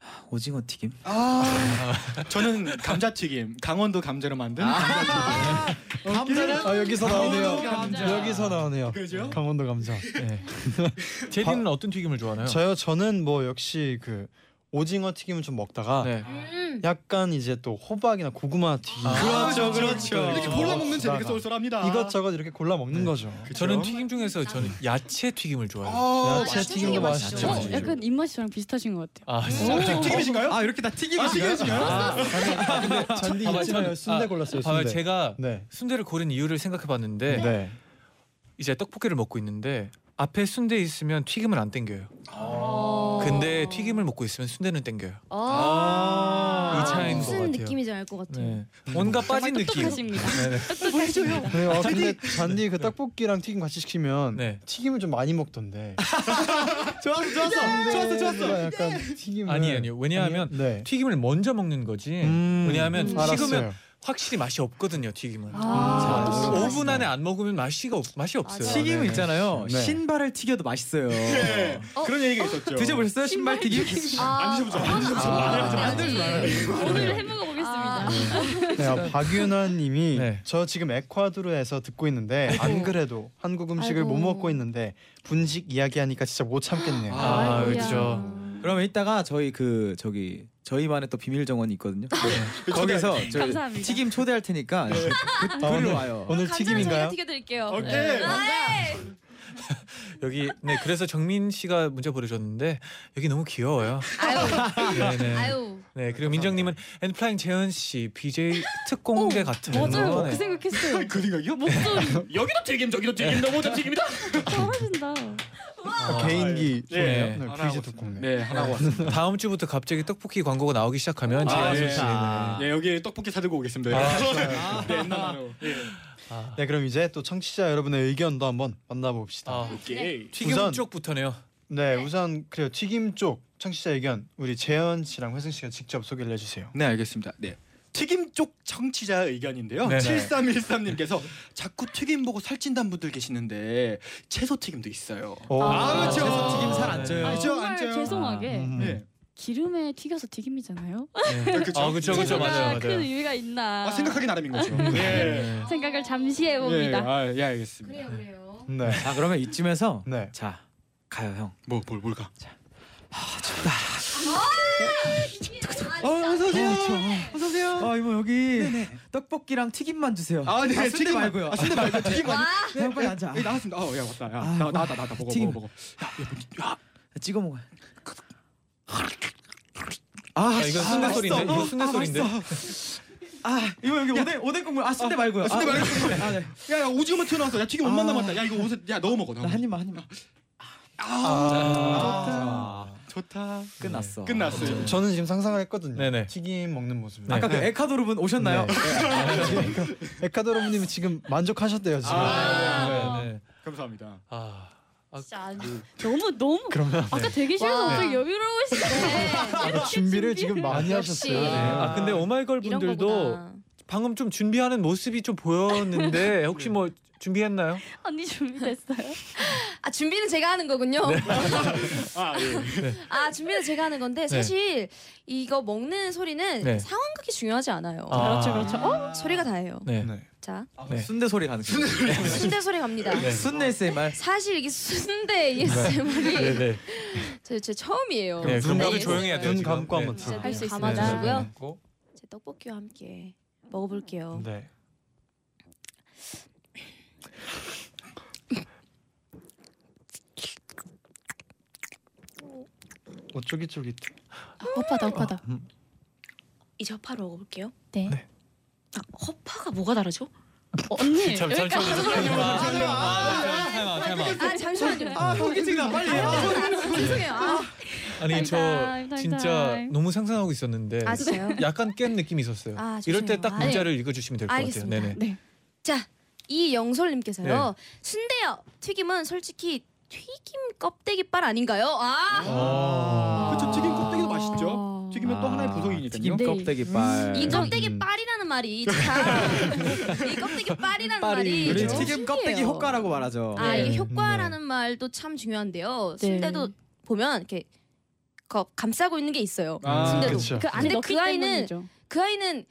아, 오징어 튀김.
아 저는 감자튀김. 강원도 감자로 만든.
아.
감자튀김.
감자는 아, 여기서
강원도
나오네요.
감자.
여기서 나오네요.
그죠?
강원도 감자.
네. 제디는 어떤 튀김을 좋아하나요?
저요 저는 뭐 역시 그 오징어 튀김을 좀 먹다가
네.
음.
약간 이제 또 호박이나 고구마 튀김
아,
그렇죠, 그렇죠. 이렇게 골라 먹는 재미가 쏠쏠합니다.
이것저것 이렇게 골라 먹는
네.
거죠.
저는 튀김 중에서 저는 야채 튀김을 좋아해요.
아,
야채 튀김도
맛있죠.
맛있죠.
어, 약간 입맛이 저랑 비슷하신 것 같아요.
아
어,
진짜.
튀김이신가요?
아 이렇게 다 튀김이
튀김이신가요?
아,
잔디
봐봐요,
있잖아요.
저는-
순대
아,
골랐어요.
봐봐요,
순대.
제가
네.
순대를 고른 이유를 생각해봤는데
네.
이제 떡볶이를 먹고 있는데 앞에 순대 있으면 튀김은 안 땡겨요.
어.
어.
근데 튀김을 먹고 있으면 순대는 땡겨요.
아,
이 차이인 것
무슨
같아요.
느낌인지 알 것 같아요.
네. 뭔가 빠진 느낌. 네.
똑똑하십니다.
음. 네, 아, 근데 잔디 그 떡볶이랑 튀김 같이 시키면
네. 아,
튀김을 좀 많이 먹던데.
좋았어, 좋았어, 좋았어, 좋았어.
뭔가 약간
네.
튀김.
아니 아니요. 왜냐하면
네.
튀김을 먼저 먹는 거지.
음,
왜냐하면
음.
식으면
알았어요.
확실히 맛이 없거든요. 튀김은.
아,
자,
또
오-
맛있-
5분 안에 안 먹으면 맛이 없 맛이
아,
없어요.
튀김
네.
있잖아요.
네.
신발을 튀겨도 맛있어요.
네. 그런 얘기가 있었죠.
드셔보셨어요? 신발 튀김?
아,
안 드셔보죠. 안
그건
드셔보죠.
안
안
드셔보죠.
오늘 해먹어 보겠습니다.
아.
네, 아, 박윤아님이
네.
저 지금 에콰도르에서 듣고 있는데 안 그래도 한국 음식을
아이고.
못 먹고 있는데 분식 이야기하니까 진짜 못 참겠네요.
아,
아이고야.
그렇죠.
그러면 이따가 저희 그 저기 저희만의 또 비밀 정원이 있거든요. 네.
그
거기서 저
감사합니다.
튀김 초대할
네.
테니까 그,
아,
글로
오늘-
와요.
오늘 튀김인가요?
튀겨드릴게요. 네.
오케이.
아, 예.
여기 네 그래서 정민 씨가 문자 보내줬는데 여기 너무 귀여워요. 네, 네.
아유.
네 그리고 민정님은 엔플라잉 재현 씨 BJ 특공대 같은.
맞아요.
네.
그 생각했어요.
그 생각이요?
목소리 아,
여기도 튀김, 저기도 튀김, 너무 튀김이다.
잘하신다.
아, 개인기
네.
좋네요. 네,
하나
퀴즈
하고
듣고 네.
네, 하나 왔습니다.
다음 주부터 갑자기 떡볶이 광고가 나오기 시작하면
아,
재현
예.
씨. 네.
예, 여기 떡볶이 사들고 오겠습니다. 아, 네, 옛날로. 예.
네, 그럼 이제 또 청취자 여러분의 의견도 한번 만나봅시다.
아,
네.
오케이.
튀김
우선-
쪽부터네요.
네, 우선 그래요 튀김 쪽 청취자 의견 우리 재현 씨랑 회승 씨가 직접 소개를 해주세요.
네, 알겠습니다. 네. 튀김 쪽 청취자 의견인데요.
네네.
7313님께서 자꾸 튀김 보고 살찐단 분들 계시는데 채소 튀김도 있어요.
오.
아, 그렇죠.
채소 튀김 살 안 쪄요.
아,
아, 저
정말
앉아요.
죄송하게
음.
네.
기름에 튀겨서 튀김이잖아요.
네.
그쵸.
아 그렇죠 그렇죠
채소가
맞아요
큰
맞아요.
의미가 있나?
아, 생각하기 나름인 거죠. 예.
네.
아, 생각을 잠시 해봅니다.
예, 아, 예, 알겠습니다.
그래요, 그래요.
네,
자 그러면 이쯤에서
네.
자 가요 형.
뭐, 뭘, 뭘 가?
아,
어, 어서 오세요. 어서 오세요. 아 이모 여기 떡볶이랑 튀김만 주세요.
아, 네,
순대
튀김
말고요.
아, 순대 말고 튀김 말고.
네, 형 빨리 앉아.
예, 나왔습니다. 어, 야, 왔다. 야,
아,
나,
와.
나왔다, 나왔다. 먹어,
튀김.
먹어, 먹어. 야, 야, 야,
찍어 먹어. 아,
아, 이건
아,
순대
맛있어.
소리인데 이거
어,
순대
아,
소리인데.
맛있어. 아 이모 여기 오뎅 오뎅 국물. 아 순대 말고요.
순대
아,
말고.
아 네.
야, 야, 오징어만 튀어나왔어. 야, 튀김
아.
옷만 남았다. 야, 이거 옷에, 야, 넣어 먹어, 넣어
나
먹어.
한 입만 한 입만.
아,
아,
좋다.
끝났어.
끝났어요.
저는 지금 상상을 했거든요.
네네.
튀김 먹는 모습.
네.
아까 그 에콰도르 분 오셨나요?
네. 에카도로님이 지금 만족하셨대요 지금.
아,
네, 네.
감사합니다.
아,
진짜 안- 너무 너무
그러면 네.
아까 되게 싫어서
와.
갑자기 여유로우시네.
준비를 지금 많이
역시.
하셨어요.
네. 아 근데 오마이걸
이런
분들도
거구나.
방금 좀 준비하는 모습이 좀 보였는데 혹시 뭐 준비했나요?
언니 준비됐어요?
아 준비는 제가 하는 거군요.
아, 예.
아 준비는 제가 하는 건데 사실 이거 먹는 소리는
네.
상황극이 중요하지 않아요.
아.
그렇죠 그렇죠. 어? 아,
소리가
아,
다예요.
네.
자
네.
순대 소리 가는 순대
순대 소리 갑니다.
순대 ASMR.
사실 이게 순대 ASMR이
네, 네.
저, 저 처음이에요.
네, 그럼
순대
모두 조용히 해야 돼요.
눈
지금.
감고
네.
한번
진짜
들어.
할수 있습니다.
감아주시고요.
제 떡볶이와 함께 먹어볼게요.
네.
어 쫄깃쫄깃.
아, 오빠다 오빠다.
음.
이제 허파를 먹어볼게요.
어, 네.
아, 허파가 뭐가 다르죠? 어,
언니
잠- 잠시만요.
여기까지
잠시만요. 아, 잠시만요. 잠시만요.
아 잠시만요.
아 거기 지금 빨리. 해요.
죄송해요. 아,
아니 저
타임, 타임,
진짜
타임.
너무 상상하고 있었는데
아 진짜요?
약간 깬 느낌이 있었어요.
아,
이럴 때
죄송해요.
딱
아,
문자를 읽어주시면 될 것 같아요.
알겠습니다.
네네.
자 이영솔님께서요. 순대요 튀김은 솔직히 튀김 껍데기빨 아닌가요? 아
아.
그렇죠. 튀김 껍데기도 맛있죠. 튀김은 또 하나의 부속이니까요.
튀김
네.
껍데기 빨.
이 껍데기
음.
빨이라는 말이 참이 껍데기 빨이라는 말이
우리
참
튀김 껍데기
신기해요.
효과라고 말하죠.
아
네.
이게 효과라는 말도 참 중요한데요.
네.
순대도 보면 이렇게 거- 감싸고 있는 게 있어요.
아,
순대도
그렇죠.
그 안에
근데
넣기
그 아이는
때문이죠.
그 아이는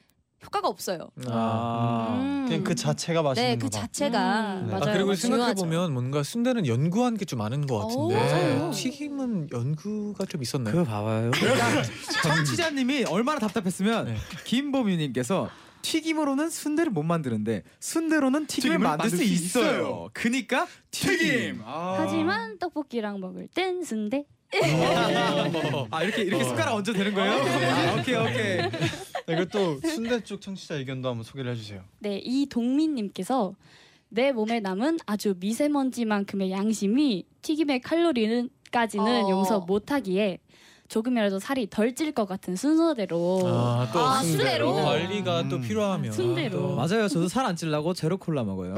효과가 없어요.
아.
그냥 그 자체가 맛있는
음. 네, 그
거다.
자체가
음,
아,
맞아요.
그리고
중요하죠.
생각해 보면 뭔가 순대는 연구한 게 좀 많은 것
오,
같은데
맞아요.
튀김은 연구가 좀 있었나요?
그거 봐봐요.
그러니까
청취자님이 얼마나 답답했으면
네.
김보미님께서 튀김으로는 순대를 못 만드는데 순대로는 튀김을,
튀김을
만들 수
만들 수
있어요.
있어요.
그니까 튀김.
튀김. 아.
하지만 떡볶이랑 먹을 땐 순대.
아 이렇게 이렇게 숟가락 얹어 되는 거예요? 아, 오케이 오케이.
네, 그리고 또 순대 쪽 청취자 의견도 한번 소개를 해주세요.
네, 이동민님께서 내 몸에 남은 아주 미세먼지만큼의 양심이 튀김의 칼로리는까지는
어.
용서 못하기에 조금이라도 살이 덜 찔 것 같은 순서대로
어.
아, 또
아, 순대로?
관리가 또
음.
필요하면
순대로.
또
맞아요. 저도 살 안 찔라고 제로 콜라 먹어요.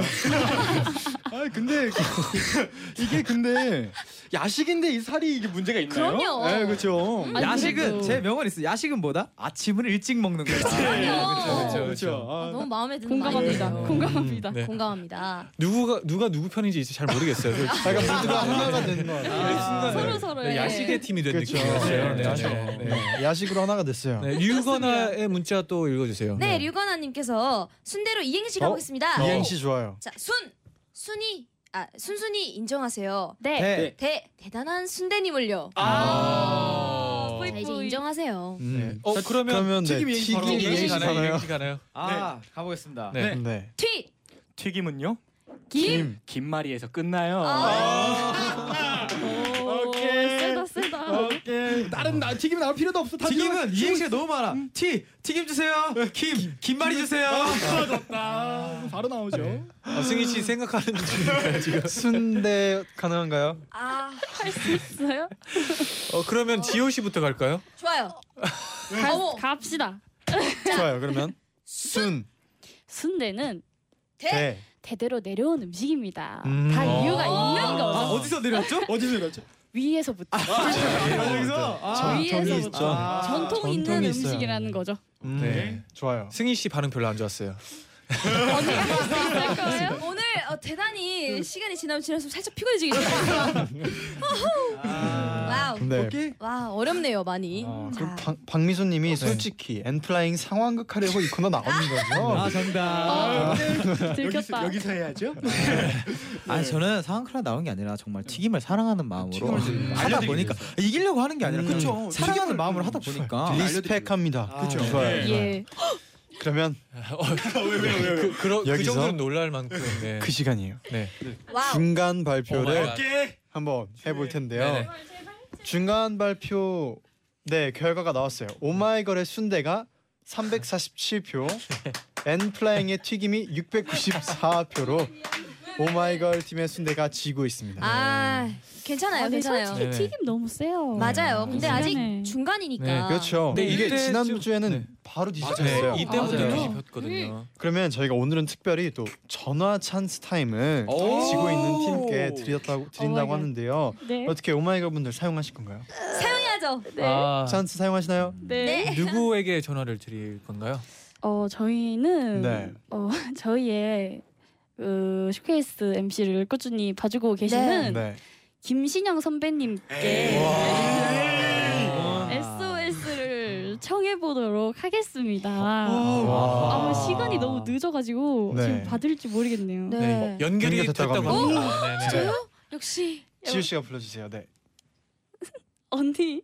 아 근데 이게 근데 야식인데 이 살이 이게 문제가 있나요?
그럼요.
네, 그렇죠.
아니,
야식은
그래도-
제 명언이 있어. 야식은 뭐다? 아침을 일찍 먹는 거다. 아,
그럼요.
그렇죠,
그렇죠.
그렇죠.
아,
아,
너무 마음에 드는
공감합니다.
말이에요.
공감합니다.
네.
공감합니다.
누구가 누가 누구 편인지 이제 잘 모르겠어요. 솔직히.
약간 모두가 하나가 되는 거 같아요.
아,
서로
네.
서로의
네, 야식의 팀이 된
그렇죠.
느낌이었어요. 네,
그렇죠.
네, 네.
네, 야식으로 하나가 됐어요.
네, 류건아의 문자 또 읽어주세요.
네, 류건아님께서 순대로 이행시 가보겠습니다.
어? 이행시 좋아요.
자, 순 순이 아 순순히 인정하세요.
네.
네.
대 대단한 순대님을요.
아.
자, 이제 인정하세요.
네.
어 그러면
그러면 네,
튀김 이행시 바로
튀김 이행시 가나요?
이행시 가나요?
아 가보겠습니다.
네.
네.
튀
튀김은요?
김.
김말이에서 끝나요.
아. 오,
오케이.
세다 세다.
오케이. 다른 나 튀김 나올 필요도 없어. 다 음. 네.
튀김은 이행시가 너무 많아. 튀 튀김 주세요. 김 김말이 주세요. 네.
아, 바로 나오죠.
어, 승희 씨 생각하는 중인가요 지금?
순대 가능한가요?
아
있어요?
어 그러면 지호 씨부터 갈까요?
좋아요.
가-
음. 어머.
갑시다.
좋아요. 그러면 순,
순대는
대
대.
대대로 내려온 음식입니다.
음.
다
어.
이유가 있는
아,
거죠.
어디서 내려왔죠?
어디서 이랬죠?
위에서부터
여기서 아,
위에서부터.
전통이 있죠.
아.
전통 이 있는
전통이 있어요.
음식이라는 거죠.
음,
네.
좋아요.
승희 씨 반응 별로 안 좋았어요.
오늘 어, 대단히 시간이 지나면 지날수록 살짝 피곤해지기 시작해요. 와우.
네.
오케이.
와 어렵네요 많이.
어,
자,
그리고 박, 박미수님이 솔직히 엔플라잉 상황극 하려고 이 코너 나온 거죠.
아 정답.
아,
네. 여기서
들켰다.
여기서 해야죠.
아니 저는 상한크라 나온 게 아니라 정말 튀김을 사랑하는 마음으로
튀김을 좀
하다
알려드리기
보니까
위해서.
이기려고 하는 게 아니라
음.
그쵸.
그쵸.
사랑하는
튀김을-
마음으로 하다 보니까
리스펙합니다.
그쵸.
좋아요. 네. 좋아요.
예.
그러면
어,
그, 그러, 그
여기서?
정도는 놀랄 만큼. 네.
그 시간이에요.
네. 어,
와우.
중간
오 마이
발표를
갓.
오케이.
한번 해볼 텐데요.
네네.
중간 발표 네 결과가 나왔어요. 오마이걸의 순대가 347표, 엔플라잉의 튀김이 694표로 오마이걸 팀의 순대가 지고 있습니다.
아 괜찮아요,
아, 근데
괜찮아요.
솔직히
네.
튀김 너무 세요.
맞아요.
이
근데 아직
시간에.
중간이니까.
네,
그렇죠.
네,
이게
이때
지난주에는
네.
바로 뒤집혔어요.
맞아요. 네, 이때부터
맞아요. 음.
뒤집혔거든요.
그러면 저희가 오늘은 특별히 또 전화 찬스 타임을 지고 있는 팀께 드렸다고 드린다고
오마이걸.
하는데요.
네.
어떻게 오마이걸 분들 사용하실 건가요?
사용해야죠.
아,
찬스 사용하시나요?
네.
누구에게 전화를 드릴 건가요?
어 저희는
네.
어 저희의 그 쇼케이스 MC를 꾸준히 봐주고 계시는
네.
김신영 선배님께 네, SOS를 청해 보도록 하겠습니다. 아, 시간이 너무 늦어가지고
네.
지금 받을지 모르겠네요.
네.
네, 연결이
연결됐다고
됐다고
합니다.
합니다. 네, 네.
역시
지우 씨가 불러주세요. 네.
언니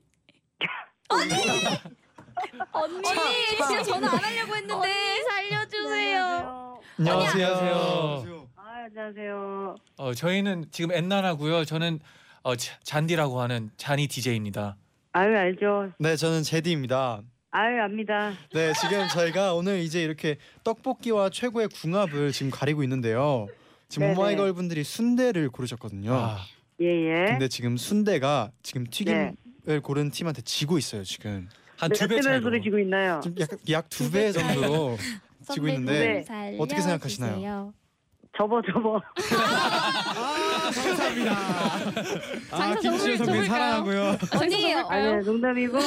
언니 진짜 전화 안 하려고 했는데 살려주세요.
안녕하세요.
안녕하세요.
아, 안녕하세요.
어, 저희는 지금 엔나라고요. 저는 어, 자- 잔디라고 하는 잔이 DJ입니다.
아유, 알죠.
네, 저는 제디입니다.
아유, 압니다.
네, 지금 저희가 오늘 이제 이렇게 떡볶이와 최고의 궁합을 지금 가리고 있는데요. 지금
네네.
오마이걸 분들이 순대를 고르셨거든요.
아,
예, 예.
근데 지금 순대가 지금
네.
튀김을 고른 팀한테 지고 있어요 지금
한 두 배
때문에
차이로.
소리 지고 있나요?
좀 약간 약두
두배
배
네.
정도로 지고 있는데 어떻게 생각하시나요?
접어, 접어.
감사합니다.
장사
김치현 선배
선물 줘볼까요? 아,
사랑하고요.
언니
아니, 농담이고.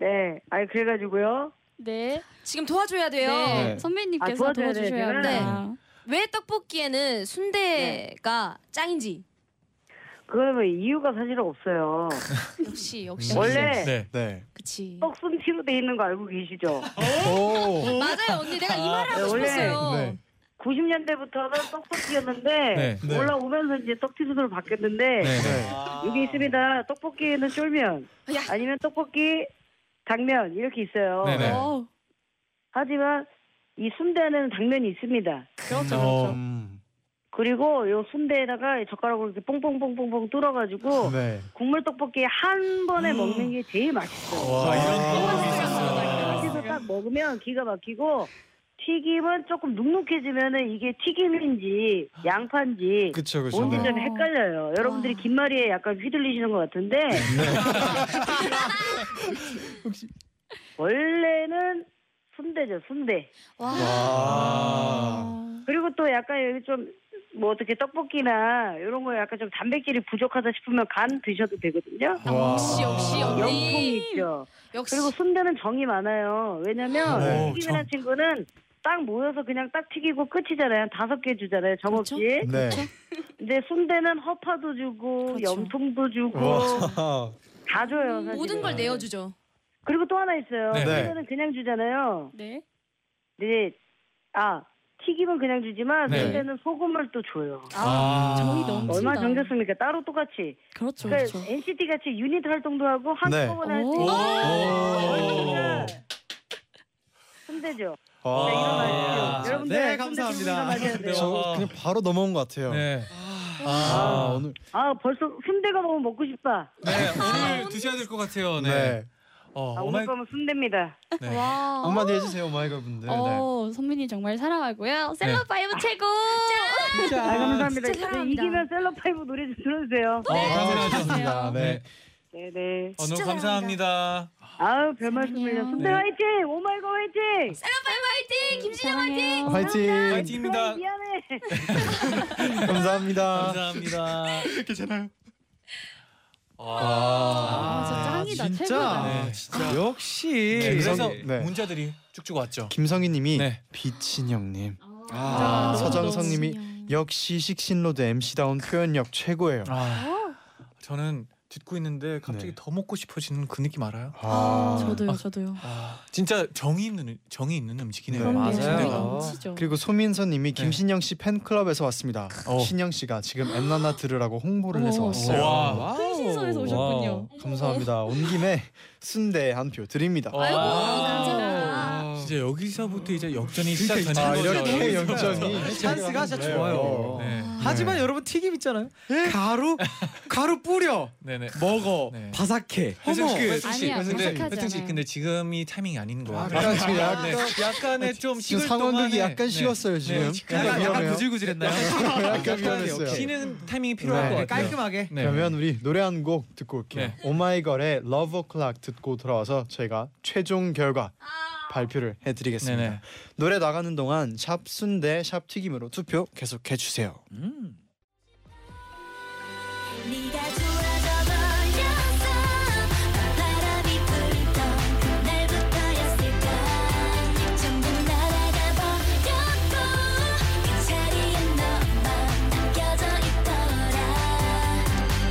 네. 아니, 그래가지고요.
네.
지금 도와줘야 돼요. 네.
네.
네.
아,
선배님께서
도와줘야
도와주셔야
되는구나.
합니다.
왜 떡볶이에는 순대가 짱인지
그거는 뭐 이유가 사실은 없어요.
역시 역시
원래
네.
네.
그치.
떡순티로 돼 있는 거 알고 계시죠?
오.
맞아요 언니 내가 이 말을 하고
네, 원래-
싶었어요.
네.
90년대부터는 떡순티였는데,
네.
네.
올라오면서 이제 떡티순으로 바뀌었는데,
네.
네.
여기 있습니다. 떡볶이는 쫄면,
야.
아니면 떡볶이, 당면, 이렇게 있어요.
네, 네.
어,
하지만 이 순대는 당면이 있습니다.
그렇죠.
어,
그렇죠.
음.
그리고 요 순대에다가 젓가락으로 이렇게 뽕뽕뽕뽕뽕 뚫어가지고
네.
국물 떡볶이 한 번에 먹는 게 제일 맛있어요.
음. 와, 이런 방법이 있었어요.
그래서 딱 먹으면 기가 막히고 튀김은 조금 눅눅해지면은 이게 튀김인지 양파인지
그쵸 그쵸.
뭔지
네.
좀 헷갈려요. 여러분들이
아.
긴 말이에 약간 휘둘리시는 것 같은데
네.
원래는 순대죠 순대.
와.
그리고 또 약간 여기 좀 뭐 어떻게 떡볶이나 이런 거 약간 좀 단백질이 부족하다 싶으면 간 드셔도 되거든요. 어,
와.
아, 역시 역시
명품
언니
있죠.
역시
그리고 순대는 정이 많아요. 왜냐면
네.
튀김이라는 친구는 딱 모여서 그냥 딱 튀기고 끝이잖아요. 한 다섯 개 주잖아요. 정없이.
네.
그렇죠?
근데 순대는 허파도 주고 염통도 주고
와.
다 줘요. 사실은.
모든 걸 내어주죠.
그리고 또 하나 있어요.
네.
순대는 그냥 주잖아요.
네.
근데 아 튀김은 그냥 주지만
네.
순대는 소금을 또 줘요.
아,
정이 넘치다.
얼마 나 정겼습니까? 따로 똑같이.
그렇죠.
그러니까
그렇죠.
NCT 같이 유닛 활동도 하고
네.
한꺼번에 할 수
오.
있는 순대죠. 네, 이런
와. 아.
말이죠. 여러분들
네,
순대 좀
감사합니다.
공감하셔야 돼요.
저 그냥 바로 넘어온 것 같아요.
네.
아 오늘
아 벌써 순대가 너무 먹고 싶다.
네, 오늘 드셔야 될 것 같아요. 네.
네.
어,
아,
오마이
오늘 밤은 순대입니다.
네.
와.
한마디 해주세요 오마이걸 분들. 네.
어, 선배님 정말 사랑하고요. 셀럽 파이브 최고.
아, 감사합니다.
진짜 사랑합니다.
이기면 셀럽파이브 노래 좀 들어주세요.
아,
어,
감사합니다. 네.
네네.
어, 너무
진짜
감사합니다.
아우 별말씀을요. 순대
네.
화이팅! 오마이갓 화이팅!
파이팅 김신영 화이팅.
화이팅.
파이팅입니다.
미안해.
감사합니다.
감사합니다.
괜찮아요.
아, 진짜 짱이다.
진짜.
아,
최고다.
네,
진짜. 역시.
네, 그래서
네.
문자들이 쭉쭉 왔죠.
김성희님이
네.
비친형님.
아,
서정성님이 역시 식신로드 MC다운 표현력 최고예요.
아,
어.
저는 듣고 있는데 갑자기
네.
더 먹고 싶어지는 그 느낌 알아요?
아,
저도요.
아.
저도요.
아, 진짜 정이 있는 정이 있는 음식이네요.
네,
그럼요.
맞아요.
정이 넘치죠.
그리고 소민서님이
네.
김신영 씨 팬클럽에서 왔습니다.
어.
신영 씨가 지금 엔나나 들으라고 홍보를 해서
오.
왔어요.
와.
흥신소에서 오셨군요. 네.
감사합니다. 온 김에 순대 한 표 드립니다.
와.
감사합니다.
아,
진짜 여기서부터 이제 역전이
그러니까
시작되는 거죠.
이렇게 역전이
찬스가 진짜 좋아요.
네.
하지만 여러분 튀김 있잖아요. 가루 가루 뿌려
네네.
먹어
네.
바삭해.
혜승 씨,
그
어머.
혜승 씨,
아니야,
근데
바삭하지
혜승 씨,
않아요.
근데 지금이 타이밍 아닌 것 같아요.
약간 지금 약간-
네. 약간의 좀
지금
식을
상황극이
동안에-
약간
네.
식었어요 지금.
지금
근데
약간, 약간
위험해요. 네,
구질구질했나요?
약간 위험했어요.
쉬는 타이밍이 필요할
네.
것 같아요.
깔끔하게.
네.
그러면 우리 노래 한 곡 듣고 올게요.
네.
오마이걸의 Love O'Clock 듣고 돌아와서 저희가 최종 결과 발표를 해드리겠습니다.
네네.
노래 나가는 동안 샵 순대 샵 튀김으로 투표 계속해 주세요.
네가 좋아져 버렸어 그 바람이 불던 그날부터였을까 전부 날아가 버렸고 그 자리에 너만 남겨져 있더라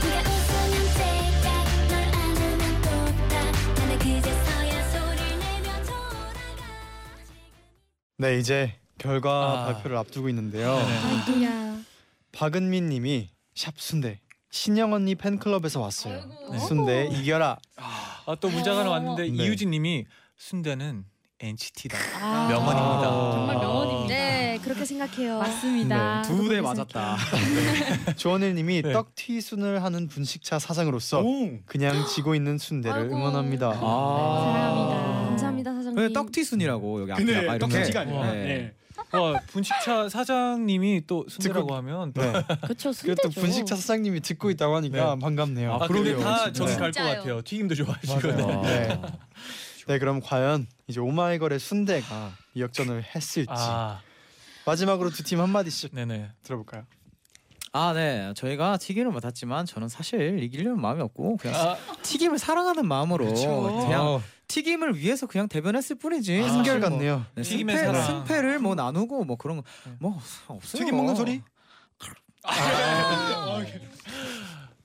네가 웃으면 째깍 널 안으면 또딱 나는 그제서야 소리를 내며 돌아가
네 이제 결과
아.
발표를 앞두고 있는데요.
네네.
아이고야.
박은민님이 샵 순대 신영 언니 팬클럽에서 왔어요.
네.
순대 이겨라.
아, 또 문자가 하나 왔는데
네.
이유진님이 순대는 NCT다.
아,
명언입니다. 아.
정말 명언입니다.
네, 그렇게 생각해요.
맞습니다.
네,
두 대
아,
맞았다.
조원일님이
네.
떡 튀순을 하는 분식차 사장으로서
오.
그냥 지고 있는 순대를
아이고.
응원합니다.
사랑합니다.
감사합니다 사장님.
근데 떡튀 순이라고 여기 앞에 나가
근데 떡
이렇게.
지가 아니라.
네.
네.
와 분식차 사장님이 또 순대라고 하면 또-
네.
그렇죠.
그리고 또
순대죠.
분식차 사장님이 듣고 있다고 하니까 반갑네요.
아, 근데
그러게요,
다
진짜.
저기 갈 것
진짜요.
같아요. 튀김도 좋아하시거든요.
맞아요. 네. 네, 그럼 과연 이제 오마이걸의 순대가 이 역전을 했을지
아,
마지막으로 두 팀 한마디씩
네네.
들어볼까요?
아, 네. 저희가 튀김을 맡았지만 저는 사실 이기려는 마음이 없고 그냥
아,
튀김을 사랑하는 마음으로
그렇죠.
그냥
어,
튀김을 위해서 그냥 대변했을 뿐이지.
아.
한결 같네요.
네,
튀김의
승패,
사랑.
승패를 뭐 나누고 뭐 그런 거뭐 없어요.
튀김 먹는 소리?
아.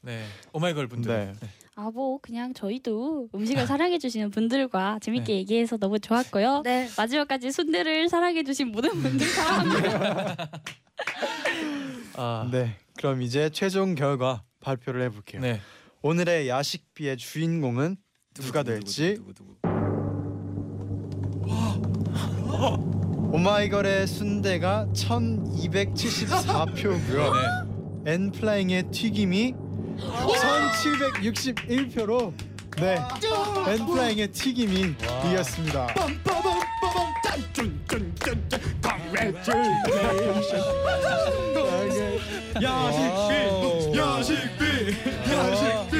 네. 오마이걸 분들.
네.
아뭐 그냥 저희도 음식을 사랑해 주시는 분들과
네.
재밌게 얘기해서 너무 좋았고요.
네.
마지막까지 순대를 사랑해 주신 모든
음.
분들 사랑합니다.
아, 네.
네, 그럼 이제 최종 결과 발표를 해볼게요. 오늘의 야식비의 주인공은 네. 누가 될지 아! 오마이걸의 순대가 1274표고요. 네. 엔플라잉의 튀김이 1761표로 네. 엔플라잉의 튀김이 이겼습니다.
빰빠밤빠밤 짠짠짠짠짠 Congratulations 야식비 야식비 야식비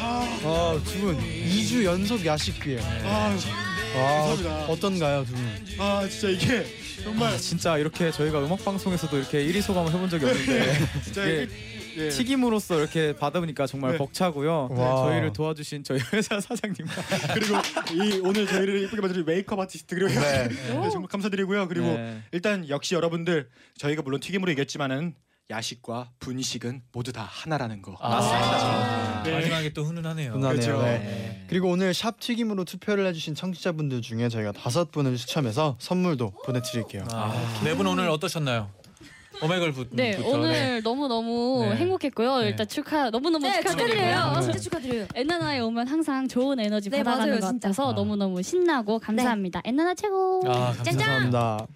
아, 두 분 2주 연속
네.
야식비예요.
아
와,
감사합니다.
아, 어떤가요, 두 분?
아 진짜 이게 정말
아, 진짜 이렇게 저희가 음악 방송에서도 이렇게 1위 소감을 해본 적이 없는데
진짜
예.
이게 예.
튀김으로서 이렇게 받아보니까 정말
네.
벅차고요.
와.
저희를 도와주신 저희 회사 사장님과
그리고 이 오늘 저희를 예쁘게 봐주신 메이크업 아티스트 그리고
네.
네, 정말 감사드리고요 그리고
네.
일단 역시 여러분들 저희가 물론 튀김으로 이겼지만은 야식과 분식은 모두 다 하나라는 거
아,
네.
마지막에 또 훈훈하네요.
훈훈하네요.
그렇죠.
네. 그리고 오늘 샵 튀김으로 투표를 해주신 청취자분들 중에 저희가 다섯 분을 추첨해서 선물도 보내드릴게요.
아, 네분 오늘 어떠셨나요? 오마이걸 분.
네 오늘 너무 너무
음, 네.
행복했고요.
네.
일단 축하 너무 너무
네, 축하드려요.
축하드리고요.
진짜 축하드려요.
엔나나에 오면 항상 좋은 에너지
네,
받아가는
맞아요,
것
진짜. 네.
같아서
아.
너무 너무 신나고 감사합니다. 엔나나 최고.
아, 감사합니다.
감사합니다.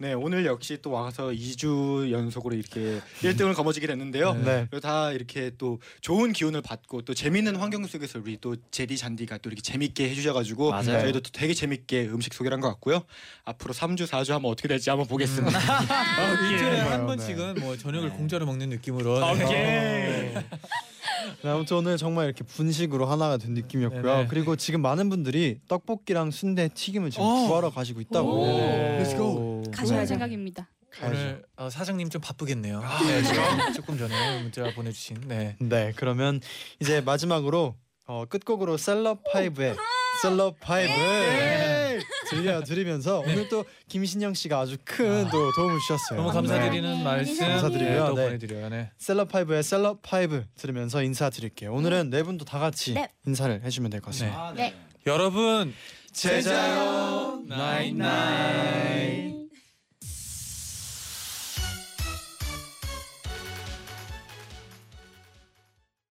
네 오늘 역시 또 와서 2주 연속으로 이렇게 1등을 거머쥐게 됐는데요
네.
그리고 다 이렇게 또 좋은 기운을 받고 또 재밌는 환경 속에서 우리 또 제디 잔디가 또 이렇게 재밌게 해주셔가지고
맞아요.
저희도 또 되게 재밌게 음식 소개를 한 것 같고요 앞으로 3주 4주 하면 어떻게 될지 한번 보겠습니다 어,
일주일에
네.
한 번씩은 뭐 저녁을 공짜로 먹는 느낌으로. 네.
오케이
네, 아무튼 오늘 정말 이렇게 분식으로 하나가 된 느낌이었고요.
네네.
그리고 지금 많은 분들이 떡볶이랑 순대 튀김을 지금 구하러 가시고 네. 있다고.
어. 오.
Let's go.
가셔야죠.
좋은 생각입니다.
오늘 어, 사장님 좀 바쁘겠네요.
아,
네, 지금 조금 전에 문자 보내주신. 네.
네, 그러면 이제 마지막으로 어, 끝곡으로 셀럽파이브의
예!
셀럽파이브 들려드리면서 오늘 또 김신영 씨가 아주 큰 또 도움을 주셨어요.
네.
네.
너무 감사드리는 말씀
감사드리고요.
네, 또
네.
보내드려요. 네.
셀럽파이브의 셀럽파이브 들으면서 인사드릴게요. 오늘은 네 분도 다 같이
네.
인사를 해주면 될 것 같습니다.
네. 여러분
제자요
나잇나잇